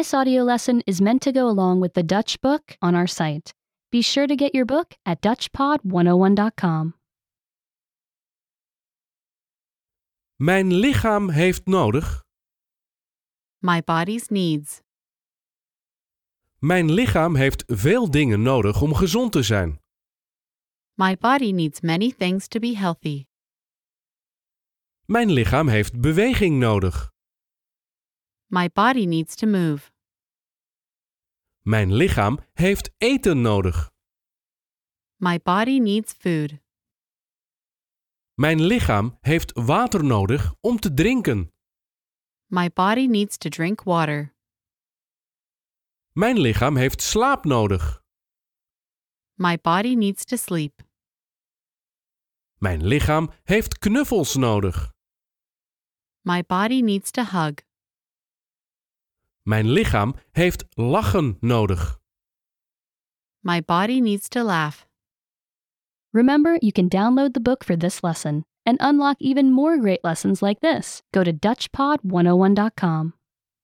This audio lesson is meant to go along with the Dutch book on our site. Be sure to get your book at DutchPod101.com. Mijn lichaam heeft nodig. My body's needs. Mijn lichaam heeft veel dingen nodig om gezond te zijn. My body needs many things to be healthy. Mijn lichaam heeft beweging nodig. My body needs to move. Mijn lichaam heeft eten nodig. My body needs food. Mijn lichaam heeft water nodig om te drinken. My body needs to drink water. Mijn lichaam heeft slaap nodig. My body needs to sleep. Mijn lichaam heeft knuffels nodig. My body needs to hug. Mijn lichaam heeft lachen nodig. My body needs to laugh. Remember, you can download the book for this oh lesson and unlock even more great lessons like this. Go to DutchPod101.com.